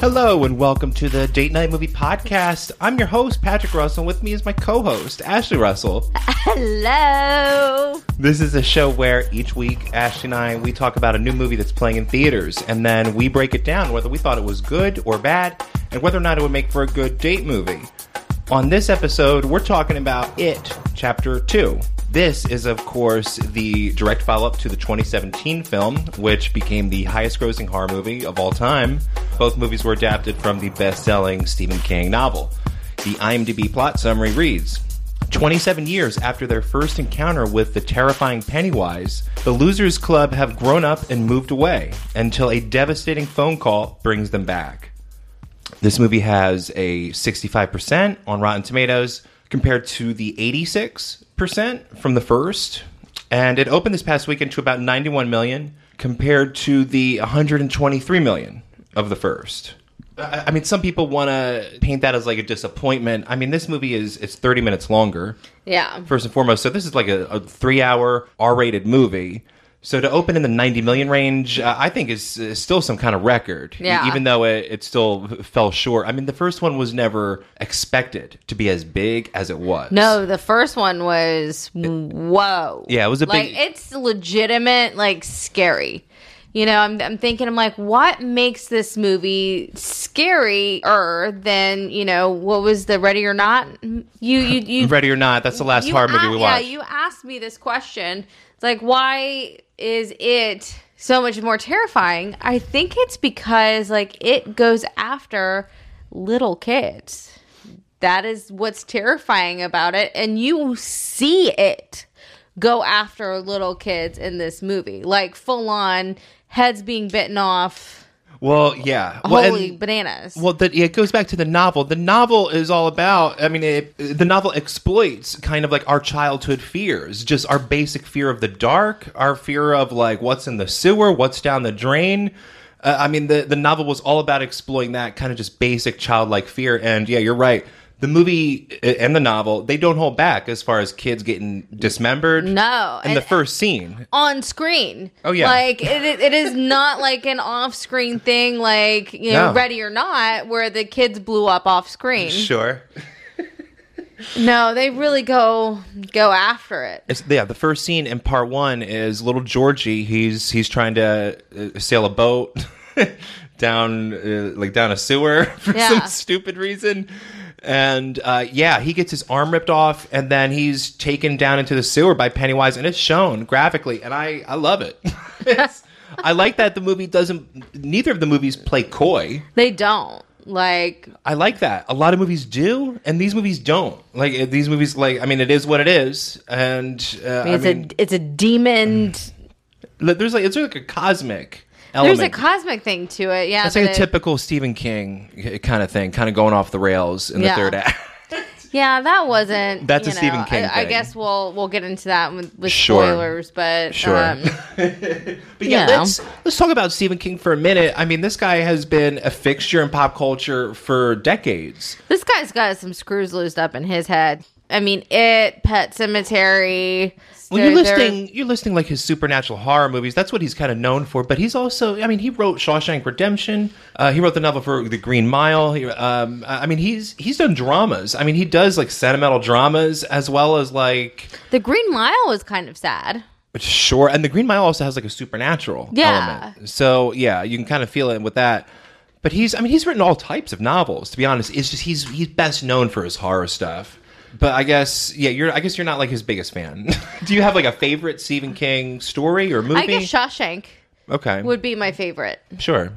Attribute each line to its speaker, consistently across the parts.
Speaker 1: Hello and welcome to the Date Night Movie Podcast. I'm your host, Patrick Russell. With me is my co host, Ashley Russell.
Speaker 2: Hello.
Speaker 1: This is a show where each week, Ashley and I, we talk about a new movie that's playing in theaters, and then we break it down whether we thought it was good or bad, and whether or not it would make for a good date movie. On this episode, we're talking about It, Chapter 2. This is, of course, the direct follow up to the 2017 film, which became the highest grossing horror movie of all time. Both movies were adapted from the best selling Stephen King novel. The IMDb plot summary reads 27 years after their first encounter with the terrifying Pennywise, the Losers Club have grown up and moved away until a devastating phone call brings them back. This movie has a 65% on Rotten Tomatoes compared to the 86% from the first. And it opened this past weekend to about 91 million compared to the 123 million of the first. I I mean, some people want to paint that as like a disappointment. I mean, this movie is it's 30 minutes longer
Speaker 2: Yeah.
Speaker 1: first and foremost. So this is like a, a three-hour R-rated movie. So to open in the 90 million range, uh, I think is, is still some kind of record. e-
Speaker 2: Yeah.
Speaker 1: even though it, it still f- fell short. I mean, the first one was never expected to be as big as it was.
Speaker 2: No, the first one was whoa.
Speaker 1: Yeah, it was a
Speaker 2: like
Speaker 1: big-
Speaker 2: it's legitimate, like scary. You know, I'm, I'm thinking, I'm like, what makes this movie scarier than you know what was the Ready or Not? You you you
Speaker 1: Ready or not, that's the last horror movie
Speaker 2: a-
Speaker 1: we
Speaker 2: yeah,
Speaker 1: watched.
Speaker 2: you asked me this question. It's like, why is it so much more terrifying? I think it's because like it goes after little kids. That is what's terrifying about it, and you see it go after little kids in this movie, like full on heads being bitten off.
Speaker 1: well, yeah. Well,
Speaker 2: Holy
Speaker 1: and-
Speaker 2: bananas!
Speaker 1: Well, that it goes back to the novel. The novel is all about. I mean, it, the novel exploits kind of like our childhood fears, just our basic fear of the dark, our fear of like what's in the sewer, what's down the drain. Uh, I mean, the the novel was all about exploiting that kind of just basic childlike fear. And yeah, you're right. The movie uh, and the novel they don't hold back as far as kids getting dismembered.
Speaker 2: No,
Speaker 1: in the
Speaker 2: and-
Speaker 1: first scene.
Speaker 2: on screen.
Speaker 1: Oh, yeah.
Speaker 2: like it, it- it is not like an off-screen thing, like you know,
Speaker 1: No.
Speaker 2: Ready or Not, where the kids blew up off screen.
Speaker 1: Sure.
Speaker 2: No, they really go go after it.
Speaker 1: It's, yeah, the first scene in part one is little Georgie. He's he's trying to uh, sail a boat down uh, like down a sewer for
Speaker 2: Yeah.
Speaker 1: some stupid reason, and uh, yeah, he gets his arm ripped off, and then he's taken down into the sewer by Pennywise, and it's shown graphically, and I I love it. It's- I like that the movie doesn't. Neither of the movies play coy.
Speaker 2: They don't like
Speaker 1: I like that. A lot of movies do, and these movies don't. Like uh, these movies, like I mean, it is what it is, and uh, I
Speaker 2: it's
Speaker 1: mean, mm,
Speaker 2: a it's a demon.
Speaker 1: Like, There's like it's like a cosmic element.
Speaker 2: There's a cosmic thing to it. Yeah,
Speaker 1: it's like a
Speaker 2: but it-
Speaker 1: typical Stephen King kind of thing, kind of going off the rails in
Speaker 2: Yeah. Um,
Speaker 1: the third act.
Speaker 2: Yeah, that wasn't.
Speaker 1: That's
Speaker 2: you
Speaker 1: a Stephen
Speaker 2: know,
Speaker 1: King
Speaker 2: I, I
Speaker 1: thing.
Speaker 2: guess we'll we'll get into that with, with
Speaker 1: Sure.
Speaker 2: spoilers, but
Speaker 1: Sure.
Speaker 2: Um,
Speaker 1: But yeah,
Speaker 2: Yeah.
Speaker 1: let's let's talk about Stephen King for a minute. I mean, this guy has been a fixture in pop culture for decades.
Speaker 2: This guy's got some screws loosed up in his head. I mean, it, Pet Cemetery.
Speaker 1: When you're
Speaker 2: They're- they're-
Speaker 1: listing, you're listing like his supernatural horror movies. That's what he's kind of known for. But he's also, I mean, he wrote Shawshank Redemption. Uh, he wrote the novel for The Green Mile. He, um, I I mean, he's he's done dramas. I mean, he does like sentimental dramas as well as like
Speaker 2: the Green Mile was kind of sad.
Speaker 1: Sure, and the Green Mile also has like a supernatural
Speaker 2: Yeah.
Speaker 1: element. So yeah, you can kind of feel it with that. But he's I mean he's written all types of novels. To be honest, it's just he's he's best known for his horror stuff. But I guess yeah, you're I guess you're not like his biggest fan. Do you have like a favorite Stephen King story or movie?
Speaker 2: I guess Shawshank
Speaker 1: okay,
Speaker 2: would be my favorite.
Speaker 1: sure,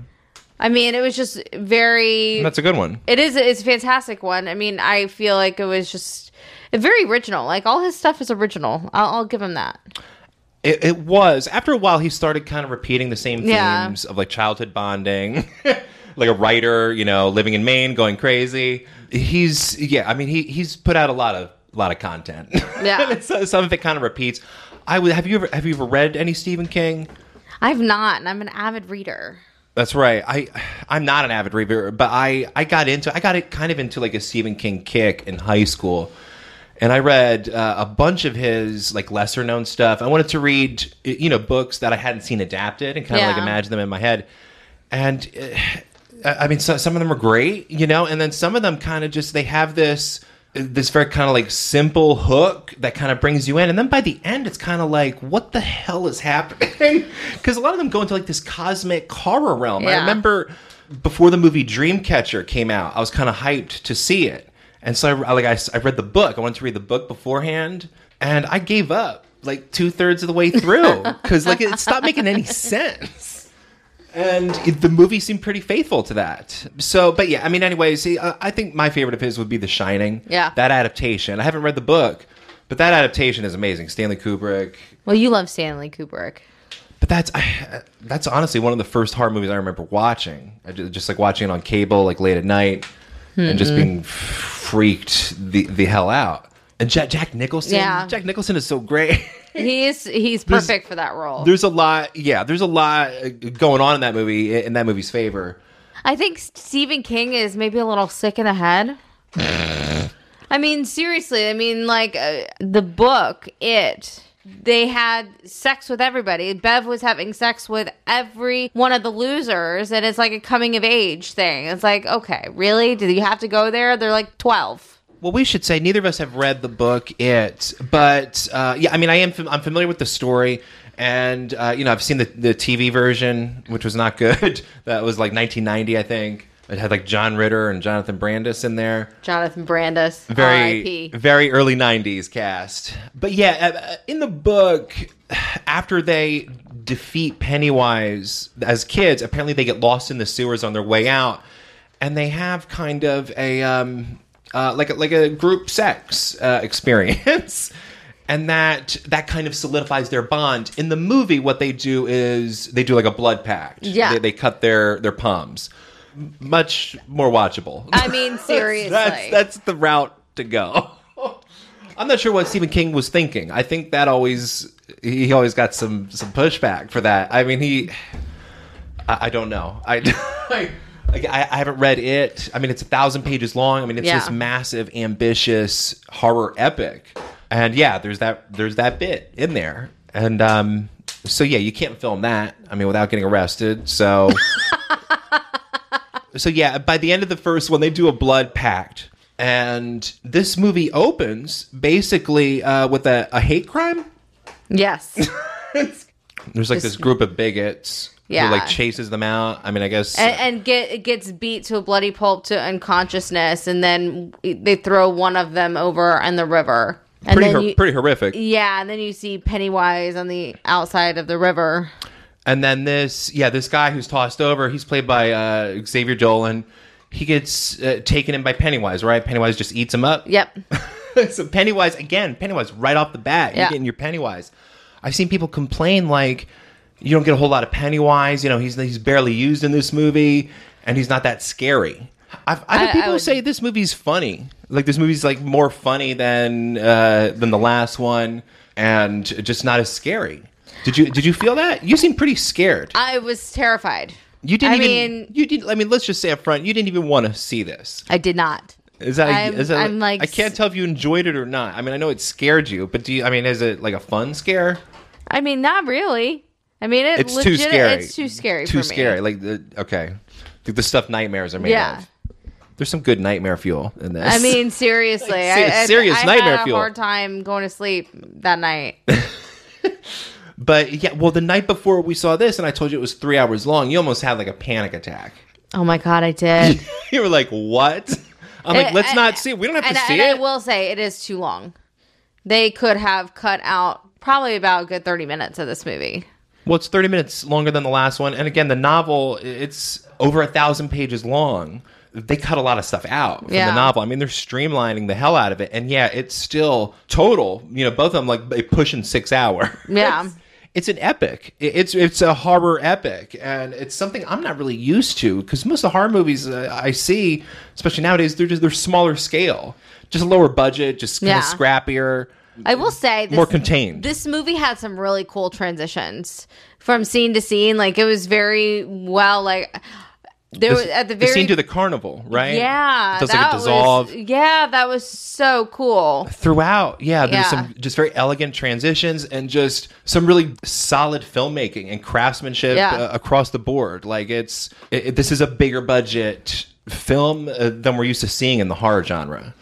Speaker 2: I mean, it was just very.
Speaker 1: that's a good one.
Speaker 2: it is. It's a fantastic one. I mean, I feel like it was just very original. Like all his stuff is original. I'll, I'll give him that.
Speaker 1: It, it was after a while he started kind of repeating the same
Speaker 2: Yeah.
Speaker 1: themes of like childhood bonding, like a writer, you know, living in Maine, going crazy. He's yeah, I mean he he's put out a lot of lot of content.
Speaker 2: Yeah.
Speaker 1: so, some of it kind of repeats. I would have you ever have you ever read any Stephen King?
Speaker 2: I've not, and I'm an avid reader.
Speaker 1: That's right. I I'm not an avid reader, but I I got into I got it kind of into like a Stephen King kick in high school, and I read uh, a bunch of his like lesser known stuff. I wanted to read you know books that I hadn't seen adapted and kind of like
Speaker 2: Yeah.
Speaker 1: imagine them in my head, and uh, I I mean, so, some of them are great, you know, and then some of them kind of just they have this this very kind of like simple hook that kind of brings you in, and then by the end, it's kind of like, what the hell is happening? Because a lot of them go into like this cosmic horror realm. I
Speaker 2: Yeah.
Speaker 1: remember before the movie Dreamcatcher came out, I was kind of hyped to see it, and so I like I, s- I read the book. I wanted to read the book beforehand, and I gave up like two thirds of the way through because like it stopped making any sense. And it- the movie seemed pretty faithful to that. So, but yeah, I mean, anyway, see, uh, I think my favorite of his would be The Shining.
Speaker 2: Yeah.
Speaker 1: That adaptation. I haven't read the book, but that adaptation is amazing. Stanley Kubrick.
Speaker 2: Well, you love Stanley Kubrick.
Speaker 1: But that's I, that's honestly one of the first horror movies I remember watching. I ju- just like watching it on cable, like late at night, and just
Speaker 2: Mm-hmm.
Speaker 1: being f- freaked the, the hell out. And Jack, Jack Nicholson.
Speaker 2: Yeah.
Speaker 1: Jack Nicholson is so great.
Speaker 2: He is he's
Speaker 1: There's-
Speaker 2: perfect for that role.
Speaker 1: there's a lot, yeah, there's a lot uh, going on in that movie, in that movie's favor.
Speaker 2: I think Stephen King is maybe a little sick in the head. I mean, seriously. I mean, like uh, the book, it. They had sex with everybody. Bev was having sex with every one of the losers, and it's like a coming of age thing. It's like, okay, really? Do you have to go there? They're like twelve.
Speaker 1: Well, we should say neither of us have read the book It, but uh, yeah, I mean, I am fam- I'm familiar with the story, and uh, you know, I've seen the the TV version, which was not good. that was like 1990, I think. It had like John Ritter and Jonathan Brandis in there.
Speaker 2: Jonathan Brandis,
Speaker 1: Very
Speaker 2: R.I.P.
Speaker 1: very early 90s cast. But yeah, uh, uh, in the book, after they defeat Pennywise as kids, apparently they get lost in the sewers on their way out, and they have kind of a um, uh, like a, like a group sex uh, experience. And that that kind of solidifies their bond. In the movie, what they do is they do like a blood pact.
Speaker 2: Yeah.
Speaker 1: they, they cut their their palms. M- Much more watchable.
Speaker 2: I mean, seriously.
Speaker 1: That's that's the route to go. I'm not sure what Stephen King was thinking. I think that always he always got some some pushback for that. I mean, he I, I don't know. I, I I haven't read it. I mean, it's a thousand pages long. I mean, it's
Speaker 2: Yeah.
Speaker 1: this massive, ambitious horror epic. And yeah, there's that there's that bit in there. And um, so yeah, you can't film that. I mean, without getting arrested. So. So yeah, by the end of the first one, they do a blood pact, and this movie opens basically uh, with a, a hate crime.
Speaker 2: yes.
Speaker 1: There's like this group of bigots
Speaker 2: Yeah.
Speaker 1: who like chases them out. I mean, I guess
Speaker 2: and, and get it gets beat to a bloody pulp to unconsciousness, and then they throw one of them over in the river. And
Speaker 1: pretty
Speaker 2: then
Speaker 1: hor-
Speaker 2: you,
Speaker 1: pretty horrific.
Speaker 2: yeah, and then you see Pennywise on the outside of the river.
Speaker 1: And then this, yeah, this guy who's tossed over, he's played by uh, Xavier Dolan. He gets uh, taken in by Pennywise, right? Pennywise just eats him up.
Speaker 2: Yep,
Speaker 1: so Pennywise again, Pennywise right off the bat, you're
Speaker 2: Yeah.
Speaker 1: getting your Pennywise. I've seen people complain like you don't get a whole lot of Pennywise. You know, he's he's barely used in this movie, and he's not that scary. I've, I've
Speaker 2: I- I
Speaker 1: had people
Speaker 2: would-
Speaker 1: say this movie's funny. Like this movie's like more funny than uh, than the last one, and just not as scary. Did you did you feel that? You seem pretty scared.
Speaker 2: I was terrified.
Speaker 1: you didn't.
Speaker 2: I
Speaker 1: even,
Speaker 2: mean,
Speaker 1: you did. I mean, let's just say up front, you didn't even want to see this.
Speaker 2: I did not.
Speaker 1: Is that,
Speaker 2: I'm-
Speaker 1: is that
Speaker 2: I'm, like,
Speaker 1: I can't tell if you enjoyed it or not. I mean, I know it scared you, but do you? I mean, is it like a fun scare?
Speaker 2: I mean, not really. I mean, it
Speaker 1: It's
Speaker 2: legit,
Speaker 1: too scary.
Speaker 2: It's too scary.
Speaker 1: Too
Speaker 2: for
Speaker 1: scary.
Speaker 2: Me.
Speaker 1: Like the okay, like the stuff nightmares are made
Speaker 2: Yeah.
Speaker 1: of. There's some good nightmare fuel in this.
Speaker 2: I mean, seriously,
Speaker 1: ser-
Speaker 2: I, I,
Speaker 1: serious
Speaker 2: I
Speaker 1: nightmare
Speaker 2: had a
Speaker 1: fuel.
Speaker 2: hard time going to sleep that night.
Speaker 1: but yeah. Well, the night before we saw this, and I told you it was three hours long. You almost had like a panic attack.
Speaker 2: oh my god, I did.
Speaker 1: you were like, "What?" I'm like,
Speaker 2: And-
Speaker 1: "Let's
Speaker 2: and-
Speaker 1: not see. it. We don't have
Speaker 2: and,
Speaker 1: to
Speaker 2: I-
Speaker 1: see
Speaker 2: and I
Speaker 1: it."
Speaker 2: will say it is too long. They could have cut out probably about a good 30 minutes of this movie.
Speaker 1: Well, it's 30 minutes longer than the last one. And again, the novel, it's over a thousand pages long. They cut a lot of stuff out from
Speaker 2: Yeah.
Speaker 1: the novel. I mean, they're streamlining the hell out of it. And yeah, it's still total, you know, both of them like they pushing six hours.
Speaker 2: Yeah.
Speaker 1: It's an epic. It- It's it's a horror epic, and it's something I'm not really used to because most of the horror movies uh, I see, especially nowadays, they're just they're smaller scale, just a lower budget, just kind
Speaker 2: Yeah.
Speaker 1: of scrappier,
Speaker 2: I will say this,
Speaker 1: more contained.
Speaker 2: this movie had some really cool transitions from scene to scene. Like it was very well, like there was at the very
Speaker 1: scene to the carnival, right?
Speaker 2: yeah,
Speaker 1: It does like a
Speaker 2: that
Speaker 1: dissolve.
Speaker 2: Was, yeah, that was so cool.
Speaker 1: Throughout, yeah, there's
Speaker 2: Yeah.
Speaker 1: some just very elegant transitions and just some really solid filmmaking and craftsmanship
Speaker 2: Yeah.
Speaker 1: uh, across the board. Like it's it, it- this is a bigger budget film uh, than we're used to seeing in the horror genre.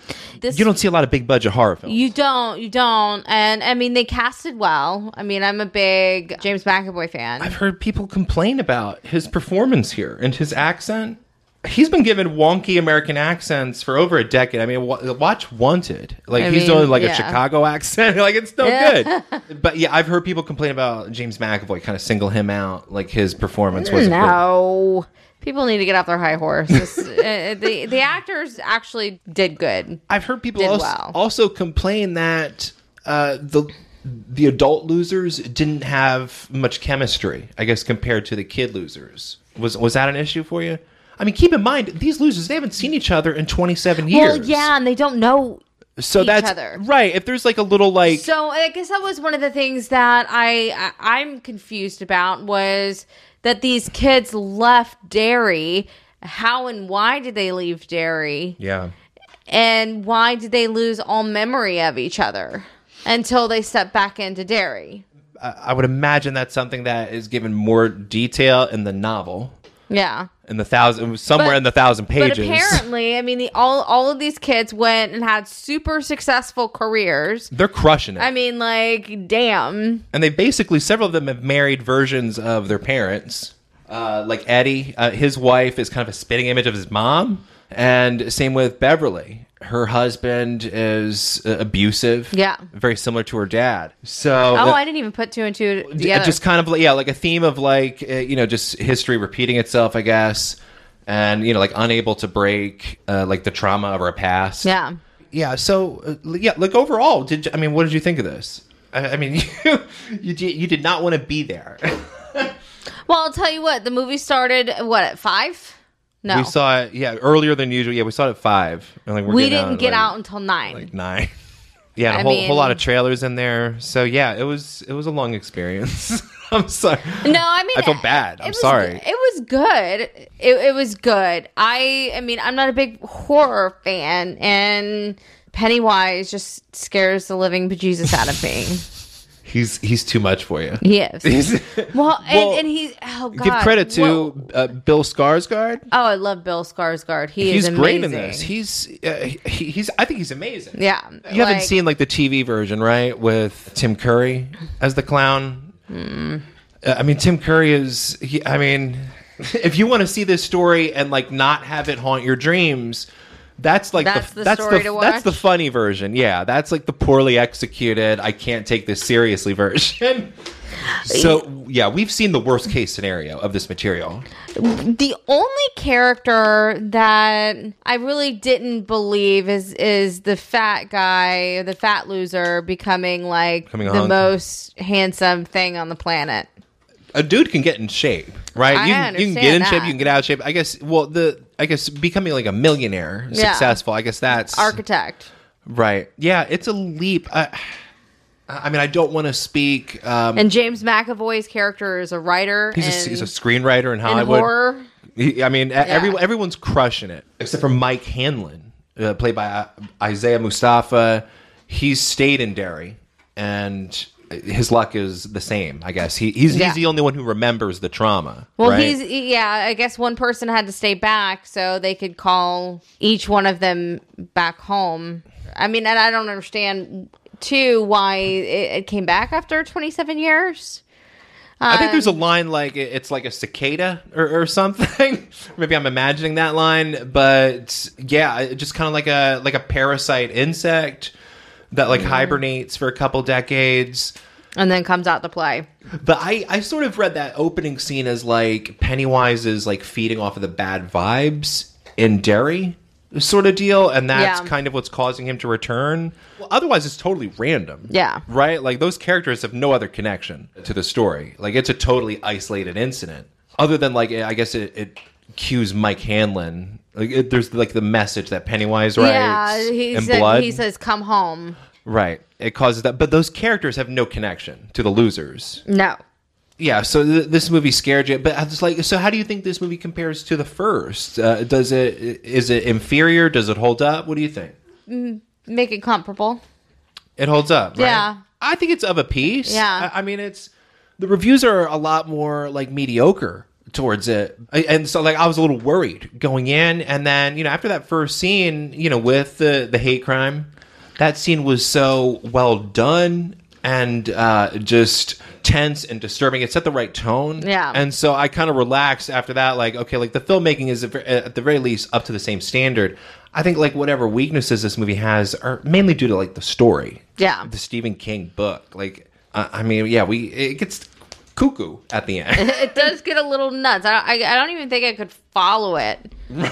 Speaker 2: This
Speaker 1: You don't see a lot of big budget horror films.
Speaker 2: You don't, you don't. And I mean, they casted well. I mean, I'm a big James McAvoy fan.
Speaker 1: I've heard people complain about his performance here and his accent. He's been given wonky American accents for over a decade. I mean, wa- watch Wanted. Like
Speaker 2: I
Speaker 1: he's
Speaker 2: mean,
Speaker 1: doing like a
Speaker 2: yeah.
Speaker 1: Chicago accent. like it's no
Speaker 2: Yeah.
Speaker 1: good. But yeah, I've heard people complain about James McAvoy, kind of single him out. Like his performance was
Speaker 2: Mm, no, people need to get off their high horse. This- uh, the the actors actually did good.
Speaker 1: I've heard people
Speaker 2: Did
Speaker 1: also,
Speaker 2: well.
Speaker 1: also complain that uh, the the adult losers didn't have much chemistry. I guess compared to the kid losers, was was that an issue for you? I mean, keep in mind these losers they haven't seen each other in twenty seven years.
Speaker 2: Well, yeah, and they don't know
Speaker 1: so
Speaker 2: each
Speaker 1: that's
Speaker 2: other.
Speaker 1: right. If there's like a little like
Speaker 2: So I guess that was one of the things that I, I I'm confused about was that these kids left dairy. How and why did they leave dairy?
Speaker 1: yeah,
Speaker 2: And why did they lose all memory of each other until they stepped back into dairy?
Speaker 1: I, I would imagine that's something that is given more detail in the novel.
Speaker 2: Yeah.
Speaker 1: In the thousand, somewhere
Speaker 2: But-
Speaker 1: in the thousand pages.
Speaker 2: But apparently, I mean, the, all all of these kids went and had super successful careers.
Speaker 1: they're crushing it.
Speaker 2: I mean, like, damn.
Speaker 1: and they basically several of them have married versions of their parents. Uh, like Eddie, uh, his wife is kind of a spitting image of his mom, and same with Beverly. Her husband is uh, abusive.
Speaker 2: Yeah.
Speaker 1: very similar to her dad. So
Speaker 2: Oh,
Speaker 1: uh,
Speaker 2: I didn't even put two and two
Speaker 1: d-
Speaker 2: together.
Speaker 1: just kind of like- yeah, like a theme of like uh, you know just history repeating itself, I guess, and you know like unable to break uh, like the trauma of our past.
Speaker 2: yeah.
Speaker 1: Yeah. So uh, l- yeah, like overall, did you, I mean, what did you think of this? I, I mean, you you did, you did not want to be there.
Speaker 2: Well, I'll tell you what. The movie started what at five? No,
Speaker 1: We
Speaker 2: we,
Speaker 1: saw it yeah earlier than usual. Yeah, we saw it at five, and like we're
Speaker 2: didn't
Speaker 1: out at,
Speaker 2: get
Speaker 1: like,
Speaker 2: out until nine.
Speaker 1: like nine. Yeah, and a
Speaker 2: I
Speaker 1: whole whole
Speaker 2: mean-
Speaker 1: lot of trailers in there. So yeah, it was it was a long experience. I'm sorry.
Speaker 2: no, I mean,
Speaker 1: I feel bad.
Speaker 2: it
Speaker 1: I'm
Speaker 2: was-
Speaker 1: sorry.
Speaker 2: It was good. It, it was good. I, I mean, I'm not a big horror fan, and Pennywise just scares the living bejesus out of me.
Speaker 1: He's he's too much for you.
Speaker 2: Yes.
Speaker 1: He's-
Speaker 2: Well, and,
Speaker 1: Well,
Speaker 2: and he. Oh God.
Speaker 1: give credit
Speaker 2: Whoa.
Speaker 1: to uh, Bill Skarsgård.
Speaker 2: Oh, I love Bill Skarsgård. He
Speaker 1: He's
Speaker 2: is amazing.
Speaker 1: great in this. He's uh, he, he's I think he's amazing.
Speaker 2: yeah.
Speaker 1: You haven't
Speaker 2: like-
Speaker 1: seen like the TV version, right? With Tim Curry as the clown.
Speaker 2: Hmm.
Speaker 1: Uh, I mean, Tim Curry is. He, I mean, if you want to see this story and like not have it haunt your dreams, that's like
Speaker 2: That's the
Speaker 1: that's
Speaker 2: story
Speaker 1: the
Speaker 2: to
Speaker 1: that's the
Speaker 2: watch?
Speaker 1: funny version. Yeah, that's like the poorly executed. I can't take this seriously version. so yeah, we've seen the worst case scenario of this material.
Speaker 2: The only character that I really didn't believe is is the fat guy, the fat loser, becoming like
Speaker 1: Becoming a
Speaker 2: the
Speaker 1: hunk.
Speaker 2: most handsome thing on the planet.
Speaker 1: a dude can get in shape, right?
Speaker 2: I
Speaker 1: you, can- you can get in
Speaker 2: understand
Speaker 1: shape,
Speaker 2: that.
Speaker 1: you can get out of shape. I guess. Well, the I guess becoming like a millionaire,
Speaker 2: Yeah.
Speaker 1: successful. I guess that's
Speaker 2: Architect.
Speaker 1: right. Yeah, it's a leap. I, I mean, I don't want to speak. Um,
Speaker 2: And James McAvoy's character is a writer.
Speaker 1: he's,
Speaker 2: and,
Speaker 1: a, he's a screenwriter in
Speaker 2: and
Speaker 1: Hollywood.
Speaker 2: horror.
Speaker 1: He- I mean, e- every, everyone's crushing it except for Mike Hanlon, uh, played by uh, Isaiah Mustafa. He's stayed in Derry, and his luck is the same. I guess he, he's
Speaker 2: Yeah.
Speaker 1: he's the only one who remembers the trauma.
Speaker 2: Well,
Speaker 1: right?
Speaker 2: he's yeah. I guess one person had to stay back so they could call each one of them back home. I mean, and I don't understand too why it, it came back after 27 years.
Speaker 1: I think there's a line like it- it's like a cicada or, or something. Maybe I'm imagining that line, but yeah, it- just kind of like a like a parasite insect that like hibernates for a couple decades.
Speaker 2: and then comes out to play.
Speaker 1: But I I sort of read that opening scene as like Pennywise is like feeding off of the bad vibes in Derry sort of deal, and that's
Speaker 2: Yeah.
Speaker 1: kind of what's causing him to return. Well, otherwise, it's totally random.
Speaker 2: Yeah.
Speaker 1: Right? Like those characters have no other connection to the story. Like it's a totally isolated incident. Other than like I guess it, it cues Mike Hanlon. Like it, there's like the message that Pennywise writes
Speaker 2: Yeah, he,
Speaker 1: in
Speaker 2: said,
Speaker 1: blood.
Speaker 2: he says, "Come home."
Speaker 1: right. It causes that, but those characters have no connection to the losers.
Speaker 2: No,
Speaker 1: yeah, so th- this movie scared you, but I was like, so how do you think this movie compares to the first? Uh, does it is it inferior? Does it hold up? What do you think?
Speaker 2: Make it comparable.
Speaker 1: It holds up, right?
Speaker 2: Yeah.
Speaker 1: I think it's of a piece.
Speaker 2: Yeah.
Speaker 1: I, I mean, it's the reviews are a lot more like mediocre towards it, I- and so like I was a little worried going in, and then you know after that first scene, you know with the the hate crime, that scene was so well done and uh, just tense and disturbing. It set the right tone.
Speaker 2: Yeah.
Speaker 1: And so I kind of relaxed after that. Like, okay, like the filmmaking is at- at the very least up to the same standard. I think like whatever weaknesses this movie has are mainly due to like the story
Speaker 2: Yeah.
Speaker 1: the Stephen King book. Like, I I mean, yeah, we it gets cuckoo at the end.
Speaker 2: It does get a little nuts. I don't, I, I don't even think I could follow it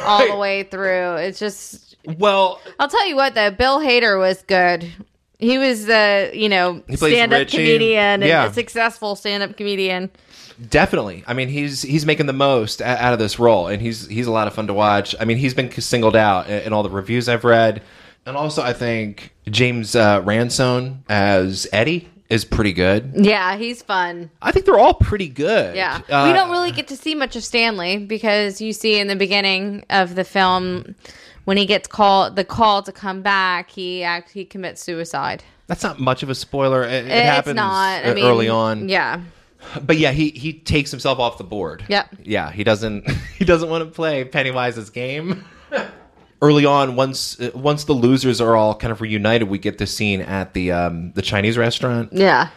Speaker 2: all the
Speaker 1: Right.
Speaker 2: way through. It's just
Speaker 1: well,
Speaker 2: I'll tell you what though, Bill Hader was good. He was the you know
Speaker 1: plays
Speaker 2: stand up
Speaker 1: Richie.
Speaker 2: comedian and
Speaker 1: Yeah.
Speaker 2: a successful stand up comedian.
Speaker 1: definitely. I mean, he's he's making the most o- out of this role, and he's he's a lot of fun to watch. I mean, he's been singled out in, in all the reviews I've read, and also I think James uh, Ransone as Eddie is pretty good.
Speaker 2: Yeah, he's fun.
Speaker 1: I think they're all pretty good.
Speaker 2: Yeah,
Speaker 1: Uh,
Speaker 2: we don't really get to see much of Stanley because you see in the beginning of the film when he gets called the call to come back, he act he commits suicide.
Speaker 1: That's not much of a spoiler. It, it
Speaker 2: It's
Speaker 1: happens
Speaker 2: not I
Speaker 1: uh,
Speaker 2: mean,
Speaker 1: early on.
Speaker 2: Yeah,
Speaker 1: But yeah, he he takes himself off the board.
Speaker 2: Yep.
Speaker 1: Yeah, he doesn't he doesn't want to play Pennywise's game. Early on, once uh, once the losers are all kind of reunited, we get this scene at the um, the Chinese restaurant,
Speaker 2: yeah.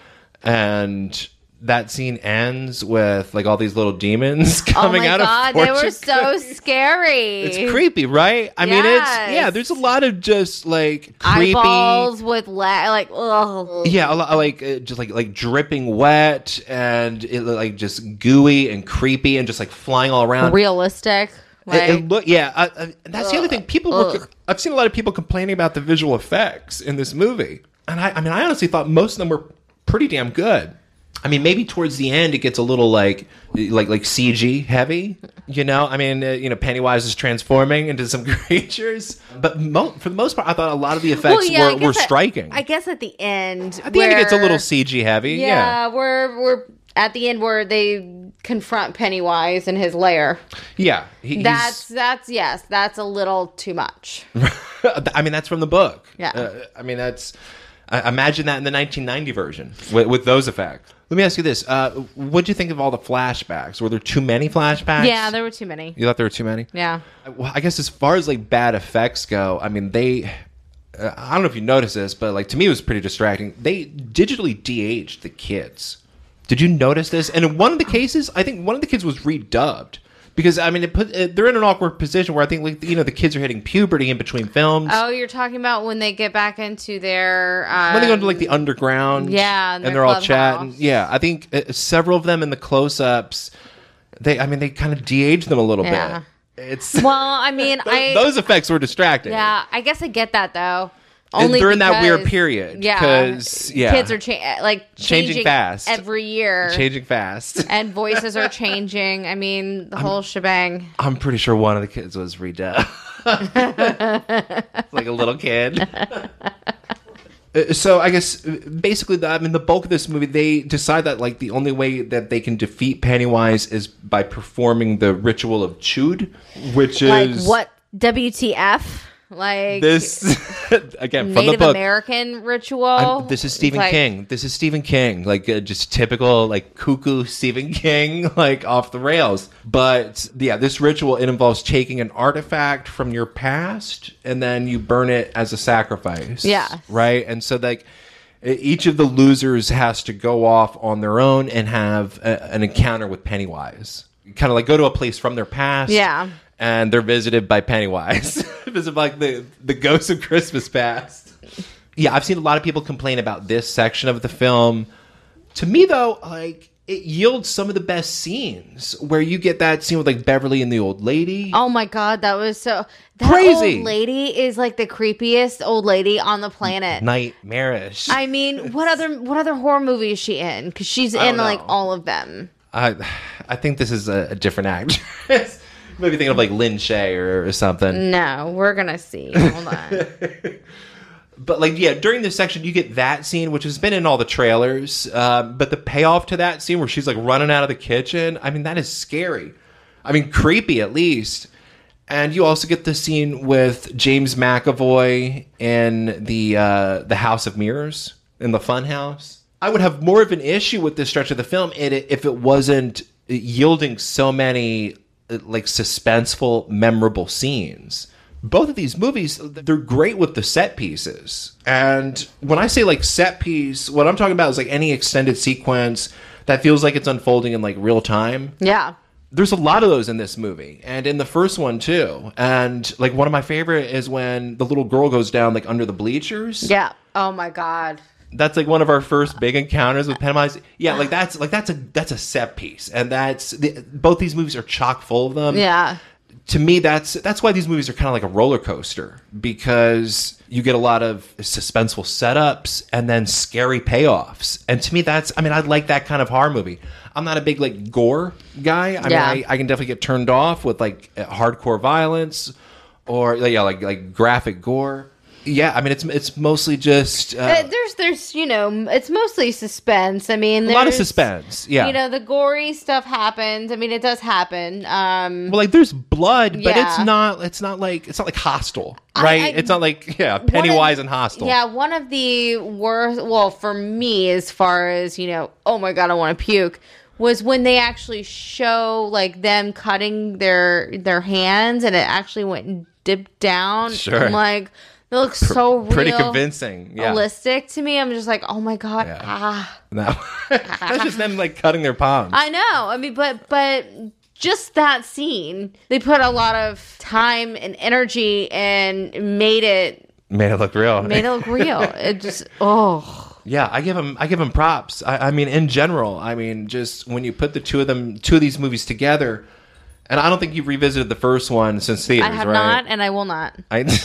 Speaker 1: and that scene ends with like all these little demons
Speaker 2: Oh
Speaker 1: coming
Speaker 2: my
Speaker 1: out
Speaker 2: god,
Speaker 1: of
Speaker 2: they were
Speaker 1: fortune
Speaker 2: so
Speaker 1: cookies.
Speaker 2: scary.
Speaker 1: It's creepy, right? I mean, it's yeah.
Speaker 2: Yes.
Speaker 1: There's a lot of just like creepy
Speaker 2: Eyeballs with le- like ugh.
Speaker 1: yeah a lot, like uh, just like like dripping wet and it looked like just gooey and creepy and just like flying all around
Speaker 2: realistic. Like,
Speaker 1: It, it look, yeah. I, I, that's the other thing. People, were,
Speaker 2: Ugh.
Speaker 1: I've seen a lot of people complaining about the visual effects in this movie, and I, I mean, I honestly thought most of them were pretty damn good. I mean, maybe towards the end it gets a little like, like, like CG heavy. You know, I mean, uh, you know, Pennywise is transforming into some creatures, but mo- for the most part, I thought a lot of the effects
Speaker 2: I
Speaker 1: were, were
Speaker 2: guess at-
Speaker 1: striking.
Speaker 2: I guess at the end,
Speaker 1: At the end, it gets a little
Speaker 2: where-
Speaker 1: CG heavy. Yeah.
Speaker 2: Yeah, we're we're at the end where they confront Pennywise in his lair.
Speaker 1: yeah. He- he's-
Speaker 2: That's that's yes, that's a little too much.
Speaker 1: I mean, that's from the book.
Speaker 2: Yeah.
Speaker 1: Uh, I mean, that's. I imagine that in the 1990 version with, with those effects. Let me ask you this: uh, What do you think of all the flashbacks? Were there too many flashbacks?
Speaker 2: Yeah, there were too many.
Speaker 1: you thought there were too many.
Speaker 2: Yeah.
Speaker 1: I- well, I guess as far as like bad effects go, I mean they. Uh, I don't know if you noticed this, but like to me it was pretty distracting. They digitally de-aged the kids. Did you notice this? And in one of the cases, I think one of the kids was redubbed because I mean it put uh, they're in an awkward position where I think like you know the kids are hitting puberty in between films.
Speaker 2: Oh, you're talking about when they get back into their um,
Speaker 1: when they go into like the underground,
Speaker 2: Yeah,
Speaker 1: and,
Speaker 2: and
Speaker 1: they're
Speaker 2: their
Speaker 1: all
Speaker 2: clubhouse.
Speaker 1: chatting. Yeah, I think uh, several of them in the close-ups, they I mean they kind of de-aged them a little
Speaker 2: Yeah.
Speaker 1: bit. It's
Speaker 2: Well, I mean,
Speaker 1: those,
Speaker 2: I
Speaker 1: those effects were distracting.
Speaker 2: yeah, I guess I get that though.
Speaker 1: And
Speaker 2: Only
Speaker 1: during that weird
Speaker 2: because-
Speaker 1: period,
Speaker 2: Yeah,
Speaker 1: 'cause- yeah.
Speaker 2: kids are cha- like
Speaker 1: Changing
Speaker 2: changing,
Speaker 1: fast.
Speaker 2: every year,
Speaker 1: changing fast.
Speaker 2: and voices are changing. I mean, the whole shebang.
Speaker 1: I'm pretty sure one of the kids was redone, like a little kid. Uh, so I guess uh, basically, the, I mean, the bulk of this movie, they decide that like the only way that they can defeat Pennywise is by performing the ritual of Chud, which
Speaker 2: Like
Speaker 1: is
Speaker 2: what? WTF? Like
Speaker 1: this again from the
Speaker 2: Native
Speaker 1: book.
Speaker 2: American ritual.
Speaker 1: I'm- this is Stephen
Speaker 2: Like,
Speaker 1: King. This is Stephen King. Like uh, just typical like cuckoo Stephen King like off the rails. But yeah, this ritual it involves taking an artifact from your past and then you burn it as a sacrifice.
Speaker 2: Yeah.
Speaker 1: Right? And so like e- each of the losers has to go off on their own and have a, an encounter with Pennywise. Kind of like go to a place from their past.
Speaker 2: Yeah.
Speaker 1: And they're visited by Pennywise. visited by like the, the ghosts of Christmas past yeah, I've seen a lot of people complain about this section of the film. To me, though, like it yields some of the best scenes where you get that scene with like Beverly and the old lady.
Speaker 2: Oh my god, that was so that
Speaker 1: Crazy.
Speaker 2: Old lady is like the creepiest old lady on the planet.
Speaker 1: Nightmarish. I,
Speaker 2: I mean, what other what other horror movie is she in? Because she's
Speaker 1: don't
Speaker 2: in like
Speaker 1: know.
Speaker 2: all of them.
Speaker 1: I, think this is a, a different actress. Maybe thinking of like Lin Shay or, or something.
Speaker 2: No, we're gonna see. Hold on.
Speaker 1: But like, yeah, during this section, you get that scene, which has been in all the trailers. Uh, but the payoff to that scene where she's like running out of the kitchen, I mean, that is scary. I mean, creepy at least. And you also get the scene with James McAvoy in the uh, the House of Mirrors in the Fun House. I would have more of an issue with this stretch of the film it- if it wasn't yielding so many uh, like suspenseful, memorable scenes both of these movies they're great with the set pieces and when i say like set piece what i'm talking about is like any extended sequence that feels like it's unfolding in like real time
Speaker 2: Yeah.
Speaker 1: there's a lot of those in this movie and in the first one too and like one of my favorite is when the little girl goes down like under the bleachers
Speaker 2: Yeah. Oh my god.
Speaker 1: that's like one of our first big encounters with Pennywise. Yeah, like that's like that's a that's a set piece, and that's the, both these movies are chock full of them
Speaker 2: Yeah.
Speaker 1: to me that's that's why these movies are kind of like a roller coaster because you get a lot of suspenseful setups and then scary payoffs and to me that's i mean i like that kind of horror movie i'm not a big like gore guy i
Speaker 2: Yeah.
Speaker 1: mean I, I can definitely get turned off with like uh, hardcore violence or yeah like like graphic gore yeah i mean it's it's mostly just uh,
Speaker 2: Uh, there's there's you know m- it's mostly suspense. I mean,
Speaker 1: a lot of
Speaker 2: there's,
Speaker 1: suspense yeah
Speaker 2: You know, the gory stuff happens. I mean, it does happen. Um,
Speaker 1: well, like there's blood, but
Speaker 2: Yeah.
Speaker 1: it's not. It's not like it's not like hostile,
Speaker 2: I-
Speaker 1: right?
Speaker 2: I-
Speaker 1: it's not like yeah,
Speaker 2: one of-
Speaker 1: Pennywise and hostile.
Speaker 2: Yeah, one of the worst. Well, for me, as far as you know, oh my god, I want to puke. Was when they actually show like them cutting their their hands, and it actually went and dipped down.
Speaker 1: Sure.
Speaker 2: I'm like it looks so real,
Speaker 1: pretty convincing. Yeah.
Speaker 2: realistic to me. I'm just like, oh my god,
Speaker 1: Yeah.
Speaker 2: ah.
Speaker 1: No. That's just them like cutting their palms.
Speaker 2: I know. I mean, but but just that scene, they put a lot of time and energy and made it
Speaker 1: made it look real.
Speaker 2: made it look real. it just oh.
Speaker 1: yeah, I give them I give them props. I, I mean in general, I mean just when you put the two of them two of these movies together and I don't think you've revisited the first one since theaters,
Speaker 2: I have
Speaker 1: right?
Speaker 2: not, and I will not.
Speaker 1: I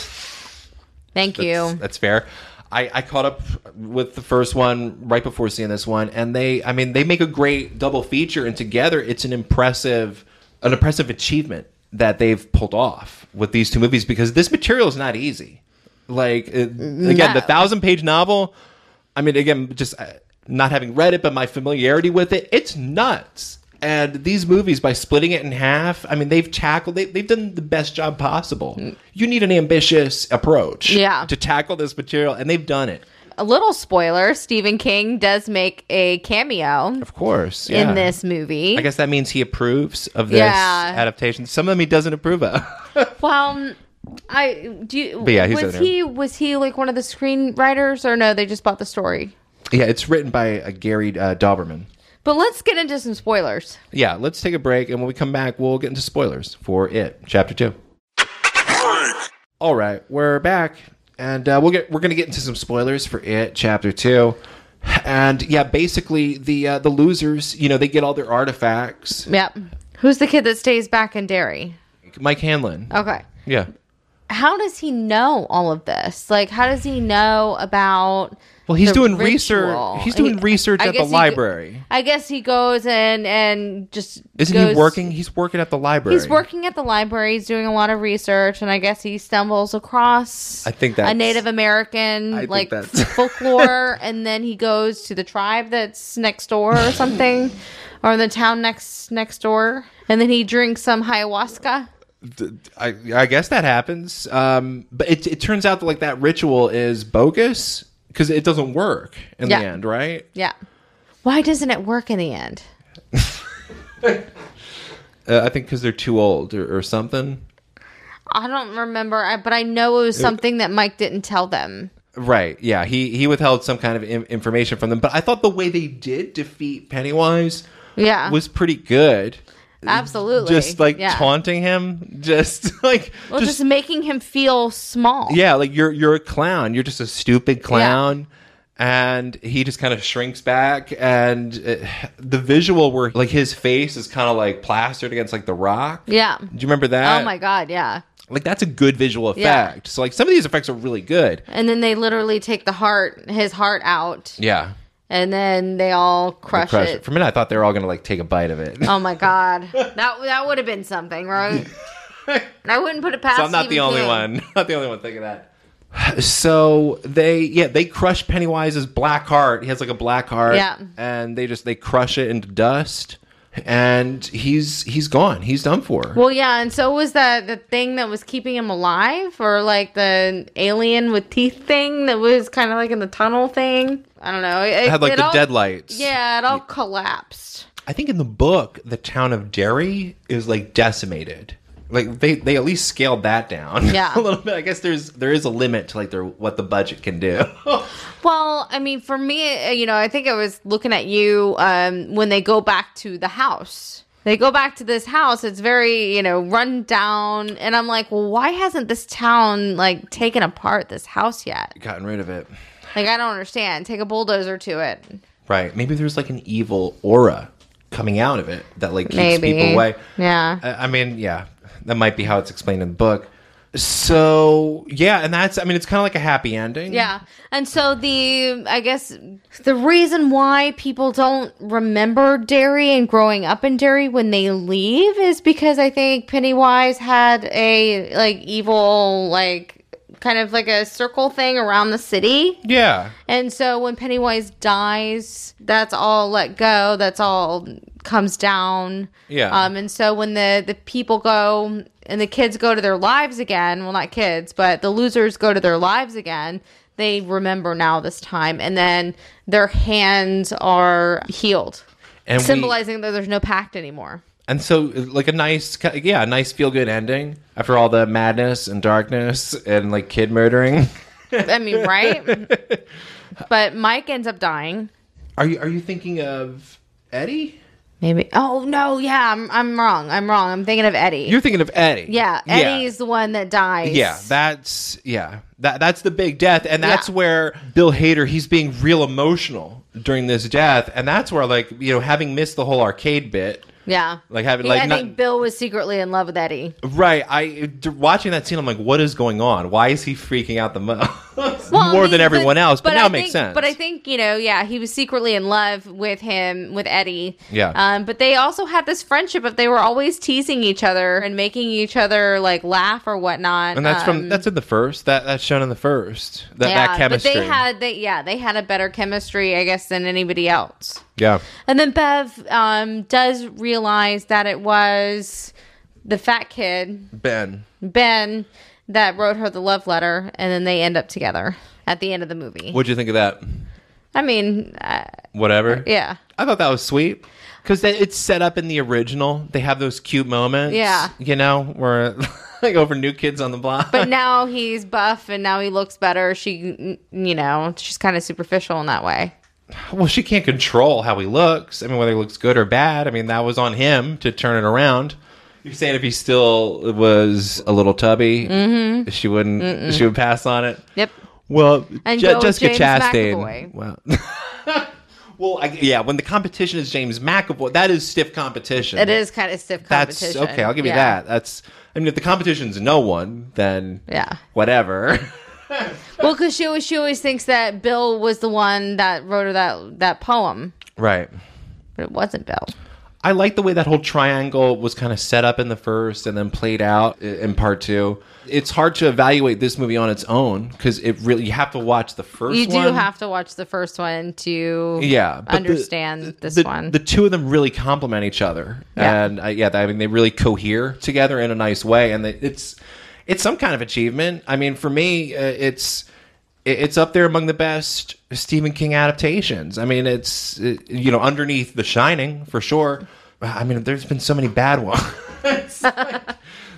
Speaker 2: Thank
Speaker 1: that's,
Speaker 2: you.
Speaker 1: that's fair. I, I caught up with the first one right before seeing this one, and they I mean they make a great double feature, and together it's an impressive an impressive achievement that they've pulled off with these two movies because this material is not easy. Like it, again, the
Speaker 2: No.
Speaker 1: thousand page novel. I mean, again, just uh, not having read it, but my familiarity with it, it's nuts. And these movies, by splitting it in half, I mean, they've tackled, they, they've done the best job
Speaker 2: Mm.
Speaker 1: possible. You need an ambitious approach
Speaker 2: Yeah.
Speaker 1: to tackle this material, and they've done it.
Speaker 2: A little spoiler: Stephen King does make a cameo
Speaker 1: Of course. yeah.
Speaker 2: in this movie.
Speaker 1: I guess that means he approves of this
Speaker 2: Yeah.
Speaker 1: adaptation. Some of them he doesn't approve of.
Speaker 2: Well, um, I do. You,
Speaker 1: But yeah, he's
Speaker 2: was
Speaker 1: in it.
Speaker 2: he was he like one of the screenwriters, or no? They just bought the story.
Speaker 1: yeah, it's written by uh, Gary uh, Dauberman.
Speaker 2: But let's get into some spoilers.
Speaker 1: Yeah, let's take a break, and when we come back, we'll get into spoilers for it, chapter two. All right, we're back, and uh, we'll get we're gonna get into some spoilers for it, chapter two, and yeah, basically the uh, the losers, you know, they get all their artifacts.
Speaker 2: Yep. Who's the kid that stays back in Derry?
Speaker 1: Mike Hanlon,
Speaker 2: Okay.
Speaker 1: yeah.
Speaker 2: How does he know all of this? Like, how does he know about?
Speaker 1: Well, he's
Speaker 2: the
Speaker 1: doing
Speaker 2: ritual?
Speaker 1: research. He's doing
Speaker 2: He-
Speaker 1: research
Speaker 2: I
Speaker 1: at the
Speaker 2: guess he-
Speaker 1: library.
Speaker 2: I guess he goes in and just
Speaker 1: Isn't he
Speaker 2: goes-
Speaker 1: working? He's working at the library.
Speaker 2: He's working at the library. He's doing a lot of research, and I guess he stumbles across
Speaker 1: I think
Speaker 2: a
Speaker 1: that's-
Speaker 2: Native American
Speaker 1: think
Speaker 2: like
Speaker 1: that's-
Speaker 2: folklore, and then he goes to the tribe that's next door or something, or the town next next door, and then he drinks some ayahuasca.
Speaker 1: I, I guess that happens. Um, but it, it turns out that like that ritual is bogus because it doesn't work in
Speaker 2: Yeah.
Speaker 1: the end, right?
Speaker 2: Yeah. Why doesn't it work in the end?
Speaker 1: Uh, I think because they're too old or, or something.
Speaker 2: I don't remember, I- but I know it was something that Mike didn't tell them.
Speaker 1: Right. Yeah. He he withheld some kind of in- information from them. But I thought the way they did defeat Pennywise
Speaker 2: Yeah,
Speaker 1: was pretty good.
Speaker 2: absolutely.
Speaker 1: Just like
Speaker 2: yeah.
Speaker 1: taunting him, just like
Speaker 2: well, just,
Speaker 1: just
Speaker 2: making him feel small.
Speaker 1: yeah, like you're you're a clown. You're just a stupid clown. And he just kind of shrinks back, and uh the visual where like his face is kind of like plastered against like the rock.
Speaker 2: Yeah.
Speaker 1: Do you remember that?
Speaker 2: Oh my god, yeah.
Speaker 1: Like that's a good visual
Speaker 2: Yeah.
Speaker 1: effect. So like some of these effects are really good.
Speaker 2: And then they literally take the heart, his heart out,
Speaker 1: Yeah.
Speaker 2: and then they all crush,
Speaker 1: Crush
Speaker 2: it.
Speaker 1: it. For a minute, I thought they were all gonna like take a bite of it.
Speaker 2: oh my god, that that would have been something, right? I wouldn't put it past.
Speaker 1: so I'm not
Speaker 2: Stephen
Speaker 1: the only
Speaker 2: King.
Speaker 1: one. Not the only one thinking that. So they yeah they crush Pennywise's black heart. He has like a black heart.
Speaker 2: Yeah.
Speaker 1: and they just they crush it into dust, and he's he's gone. He's done for.
Speaker 2: Well, yeah, and so was that the thing that was keeping him alive, or like the alien with teeth thing that was kind of like in the tunnel thing. I don't know. It,
Speaker 1: it had like
Speaker 2: it
Speaker 1: the
Speaker 2: all-
Speaker 1: deadlights.
Speaker 2: Yeah, it all collapsed.
Speaker 1: I think in the book, the town of Derry is like decimated. Like they, they at least scaled that down
Speaker 2: Yeah.
Speaker 1: a little bit. I guess there's there is a limit to like their what the budget can do.
Speaker 2: Well, I mean, for me, uh, you know, I think I was looking at you um, when they go back to the house. They go back to this house. It's very, you know, run down. And I'm like, well, why hasn't this town like taken apart this house yet?
Speaker 1: Gotten rid of it,
Speaker 2: Like, I don't understand. Take a bulldozer to it.
Speaker 1: right? Maybe there's like an evil aura coming out of it that like keeps
Speaker 2: Maybe.
Speaker 1: people away. Uh,
Speaker 2: Yeah.
Speaker 1: I I mean, yeah, that might be how it's explained in the book. So yeah, and that's I mean, it's kind of like a happy ending.
Speaker 2: Yeah. And so the I guess the reason why people don't remember Derry and growing up in Derry when they leave is because I think Pennywise had a like evil like kind of like a circle thing around the city.
Speaker 1: yeah.
Speaker 2: And so when Pennywise dies, that's all let go. That's all comes down.
Speaker 1: Yeah.
Speaker 2: Um, and so when the the people go and the kids go to their lives again, well, not kids, but the losers go to their lives again. They remember now this time, and then their hands are healed,
Speaker 1: And we-
Speaker 2: symbolizing that there's no pact anymore.
Speaker 1: And so, like a nice, yeah, a nice feel good ending after all the madness and darkness and like kid murdering.
Speaker 2: I mean, right? but Mike ends up dying.
Speaker 1: Are you are you thinking of Eddie?
Speaker 2: Maybe. Oh no, yeah, I'm, I'm wrong. I'm wrong. I'm thinking of Eddie.
Speaker 1: You're thinking of Eddie.
Speaker 2: Yeah, Eddie is the one that dies.
Speaker 1: Yeah, that's yeah. That that's the big death, and that's
Speaker 2: Yeah.
Speaker 1: where Bill Hader he's being real emotional during this death, and that's where like you know having missed the whole arcade bit,
Speaker 2: yeah.
Speaker 1: like having
Speaker 2: Yeah,
Speaker 1: like
Speaker 2: I
Speaker 1: not,
Speaker 2: think Bill was secretly in love with Eddie.
Speaker 1: Right. I d- watching that scene, I'm like, what is going on? Why is he freaking out the most
Speaker 2: Well, I
Speaker 1: more
Speaker 2: mean,
Speaker 1: than everyone else? But, now
Speaker 2: I
Speaker 1: it makes
Speaker 2: think-
Speaker 1: sense.
Speaker 2: But I think you know, yeah, he was secretly in love with him with Eddie.
Speaker 1: Yeah.
Speaker 2: Um, but they also had this friendship of they were always teasing each other and making each other like laugh or whatnot.
Speaker 1: and that's
Speaker 2: Um,
Speaker 1: from that's in the first that that's shown in the first that that chemistry.
Speaker 2: But they had they yeah they had a better chemistry I guess than anybody else.
Speaker 1: yeah.
Speaker 2: And then Bev um, does realize that it was the fat kid
Speaker 1: Ben.
Speaker 2: Ben that wrote her the love letter, and then they end up together at the end of the movie.
Speaker 1: What'd you think of that?
Speaker 2: I mean, uh,
Speaker 1: Whatever.
Speaker 2: yeah,
Speaker 1: I thought that was sweet because it's set up in the original. They have those cute moments.
Speaker 2: Yeah.
Speaker 1: You know, where like over new kids on the block.
Speaker 2: but now he's buff and now he looks better. She, you know, she's kind of superficial in that way.
Speaker 1: well, she can't control how he looks. I mean, whether he looks good or bad. I mean, that was on him to turn it around. You're saying if he still was a little tubby,
Speaker 2: Mm-hmm.
Speaker 1: she wouldn't. She would pass on it.
Speaker 2: Yep.
Speaker 1: Well,
Speaker 2: And
Speaker 1: Je-
Speaker 2: go with
Speaker 1: Jessica
Speaker 2: James
Speaker 1: Chastain.
Speaker 2: McAvoy.
Speaker 1: Well, well, I, yeah. When the competition is James McAvoy, that is stiff competition.
Speaker 2: It is kind of stiff competition.
Speaker 1: That's okay. I'll give you
Speaker 2: Yeah.
Speaker 1: that. That's. I mean, if the competition's no one, then
Speaker 2: Yeah.
Speaker 1: whatever.
Speaker 2: Well, because she always she always thinks that Bill was the one that wrote her that that poem,
Speaker 1: right.
Speaker 2: but it wasn't Bill.
Speaker 1: I like the way that whole triangle was kind of set up in the first and then played out i- in part two. It's hard to evaluate this movie on its own because it really you have to watch the first.
Speaker 2: You do
Speaker 1: one.
Speaker 2: have to watch the first one to
Speaker 1: yeah but the-
Speaker 2: understand this
Speaker 1: the,
Speaker 2: one.
Speaker 1: The two of them really complement each other,
Speaker 2: Yeah.
Speaker 1: and I, yeah, I mean they really cohere together in a nice way, and they, it's it's some kind of achievement. I mean, for me, uh, it's it- it's up there among the best Stephen King adaptations. I mean, it's uh you know underneath The Shining for sure. I mean, there's been so many bad ones.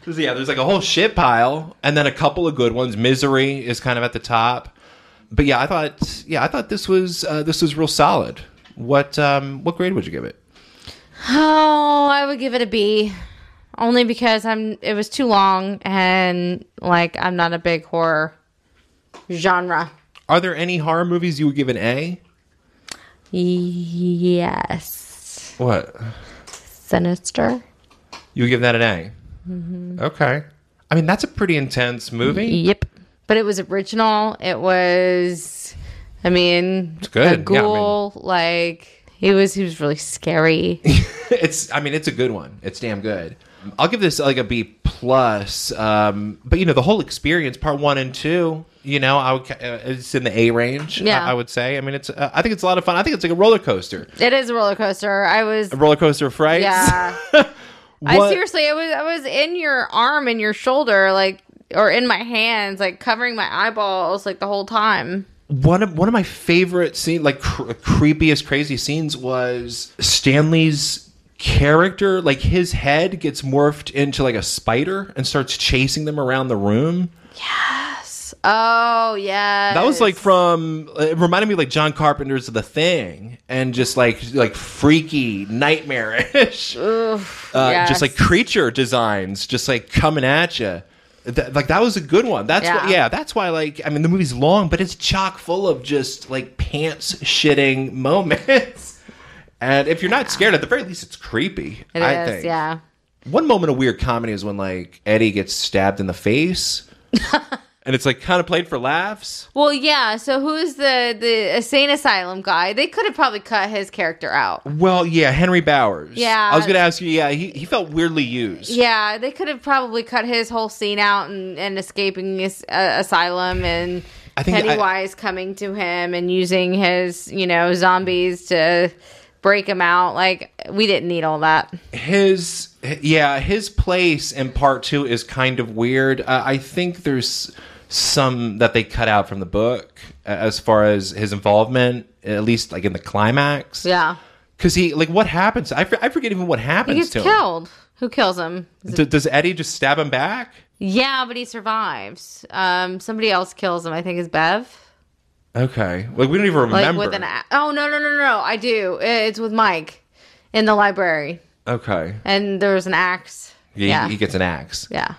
Speaker 1: There's- yeah, there's like a whole shit pile, and then a couple of good ones. Misery is kind of at the top, but yeah, I thought yeah, I thought this was uh, this was real solid. What um, what grade would you give it?
Speaker 2: Oh, I would give it a B. Only because I'm it was too long and like I'm not a big horror genre.
Speaker 1: Are there any horror movies you would give an A?
Speaker 2: Yes.
Speaker 1: What
Speaker 2: Sinister.
Speaker 1: you would give that an A?
Speaker 2: Mm-hmm.
Speaker 1: Okay, I mean that's a pretty intense movie.
Speaker 2: Yep. But it was original. It was I mean it's
Speaker 1: good. Yeah, I
Speaker 2: A
Speaker 1: mean-
Speaker 2: ghoul, like he was he was really scary.
Speaker 1: it's I mean it's a good one. It's damn good. I'll give this like a B plus. Um, but you know, the whole experience, part one and two, you know, I would, ca- uh, it's in the A range.
Speaker 2: Yeah.
Speaker 1: I, I would say. I mean, it's. Uh, I think it's a lot of fun. I think it's like a roller coaster.
Speaker 2: It is a roller coaster. I was
Speaker 1: A roller coaster of frights.
Speaker 2: yeah. I
Speaker 1: What-
Speaker 2: seriously, I was I was in your arm and your shoulder, like or in my hands, like covering my eyeballs, like the whole time.
Speaker 1: one of one of my favorite scene, like cr- creepiest, crazy scenes, was Stanley's character. Like his head gets morphed into like a spider and starts chasing them around the room.
Speaker 2: Oh yeah,
Speaker 1: That was like from it reminded me of, like John Carpenter's The Thing and just like like freaky nightmarish uh, just like creature designs just like coming at you. like that was a good one. That's yeah.
Speaker 2: Yeah.
Speaker 1: Why, yeah. That's why like I mean the movie's long, but it's chock full of just like pants shitting moments. And if you're not scared, at the very least, it's creepy.
Speaker 2: It
Speaker 1: I
Speaker 2: is,
Speaker 1: think.
Speaker 2: yeah.
Speaker 1: One moment of weird comedy is when like Eddie gets stabbed in the face, and it's like kind of played for laughs.
Speaker 2: Well, yeah. So who's the the insane asylum guy? They could have probably cut his character out.
Speaker 1: Well, yeah, Henry Bowers.
Speaker 2: Yeah.
Speaker 1: I was going to ask you, yeah, he, he felt weirdly used.
Speaker 2: Yeah, they could have probably cut his whole scene out and, and escaping his uh, asylum and
Speaker 1: I think I-
Speaker 2: Pennywise coming to him and using his, you know, zombies to break him out. Like we didn't need all that.
Speaker 1: His, yeah, his place in part two is kind of weird. Uh, I think there's some that they cut out from the book uh, as far as his involvement, at least like in the climax.
Speaker 2: Yeah,
Speaker 1: Because he, like, what happens? I, for- I forget even what happens
Speaker 2: he gets
Speaker 1: to
Speaker 2: killed. Who kills him?
Speaker 1: him. D- does Eddie just stab him back?
Speaker 2: Yeah, but he survives. Um, somebody else kills him. I think is Bev.
Speaker 1: Okay. Like, we don't even
Speaker 2: Like
Speaker 1: remember.
Speaker 2: with an a- oh no no no no no I do Uh, it's with Mike in the library
Speaker 1: okay.
Speaker 2: and there was an axe
Speaker 1: Yeah, he-
Speaker 2: yeah
Speaker 1: He, gets an axe.
Speaker 2: yeah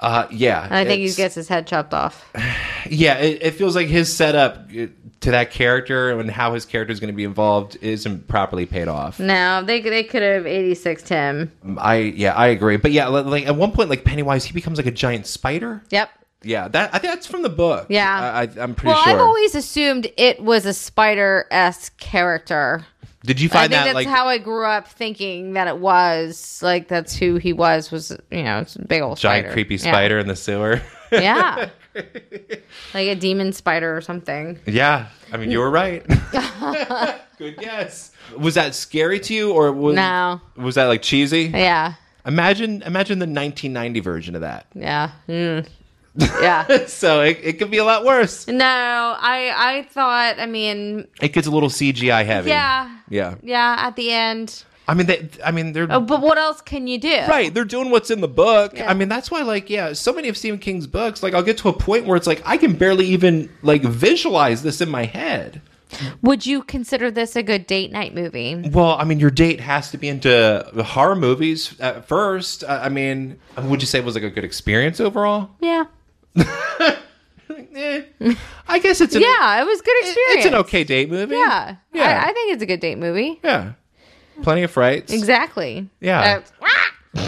Speaker 1: Uh, yeah.
Speaker 2: and I think he
Speaker 1: it's-
Speaker 2: gets his head chopped off
Speaker 1: yeah it, it feels like his setup uh, to that character and how his character is going to be involved isn't properly paid off
Speaker 2: no they they could have eighty six him
Speaker 1: i yeah i agree but yeah li- like at one point like pennywise he becomes like a giant spider
Speaker 2: yep
Speaker 1: yeah that i think that's from the book
Speaker 2: Yeah.
Speaker 1: I, I, i'm pretty
Speaker 2: well
Speaker 1: sure
Speaker 2: I've always assumed it was a spider esque character
Speaker 1: did you
Speaker 2: I
Speaker 1: find
Speaker 2: think
Speaker 1: that
Speaker 2: that's
Speaker 1: like
Speaker 2: how I grew up thinking that it was like that's who he was was you know it's a big old
Speaker 1: giant
Speaker 2: spider.
Speaker 1: creepy
Speaker 2: Yeah.
Speaker 1: spider in the sewer
Speaker 2: yeah. like a demon spider or something
Speaker 1: yeah i mean you were right good guess was that scary to you or was,
Speaker 2: No.
Speaker 1: was that like cheesy
Speaker 2: yeah
Speaker 1: imagine imagine the 1990 version of that
Speaker 2: yeah Mm. yeah.
Speaker 1: so it, it could be a lot worse
Speaker 2: No, I I thought. I mean,
Speaker 1: It gets a little CGI heavy.
Speaker 2: Yeah.
Speaker 1: Yeah.
Speaker 2: yeah, at the end.
Speaker 1: I mean, they, I mean, they're
Speaker 2: Oh, but what else can you do?
Speaker 1: right. They're doing what's in the book.
Speaker 2: Yeah.
Speaker 1: I mean, that's why, like, yeah, so many of Stephen King's books, like, I'll get to a point where it's like I can barely even like visualize this in my head.
Speaker 2: Would you consider this a good date night movie?
Speaker 1: Well, I mean, your date has to be into horror movies at first. I I mean, would you say it was like a good experience overall?
Speaker 2: Yeah.
Speaker 1: Eh. I guess it's an,
Speaker 2: Yeah, it was a good experience.
Speaker 1: It's an okay date movie.
Speaker 2: Yeah.
Speaker 1: Yeah.
Speaker 2: I, I think it's a good date movie.
Speaker 1: yeah. Plenty of frights.
Speaker 2: Exactly.
Speaker 1: Yeah.
Speaker 2: Uh,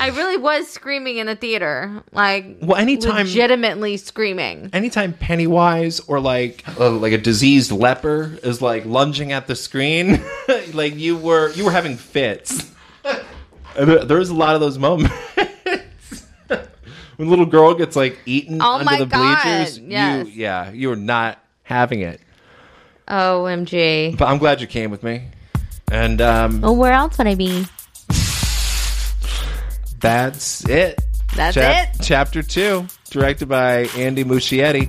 Speaker 2: I really was screaming in the theater. Like,
Speaker 1: Well, anytime-
Speaker 2: Legitimately screaming.
Speaker 1: anytime Pennywise or like uh, like a diseased leper is like lunging at the screen, like you were you were having fits. there, there was a lot of those moments when little girl gets like eaten
Speaker 2: Oh
Speaker 1: under
Speaker 2: my
Speaker 1: the
Speaker 2: God,
Speaker 1: bleachers.
Speaker 2: yes.
Speaker 1: You, yeah, you were not having it.
Speaker 2: OMG.
Speaker 1: But I'm glad you came with me. And um,
Speaker 2: Well, where else would I be?
Speaker 1: that's it.
Speaker 2: That's it.
Speaker 1: Chapter two, directed by Andy Muschietti.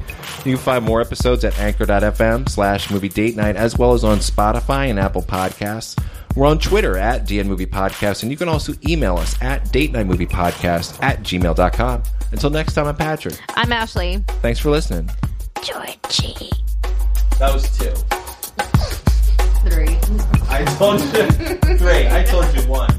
Speaker 1: You can find more episodes at anchor.fm slash movie date night, as well as on Spotify and Apple Podcasts. We're on Twitter at DN Movie Podcast, and you can also email us at date night movie podcast at gmail.com. Until next time, I'm Patrick.
Speaker 2: I'm Ashley.
Speaker 1: Thanks for listening.
Speaker 2: Georgie.
Speaker 1: That was two.
Speaker 2: Three.
Speaker 1: I told you three. I told you one.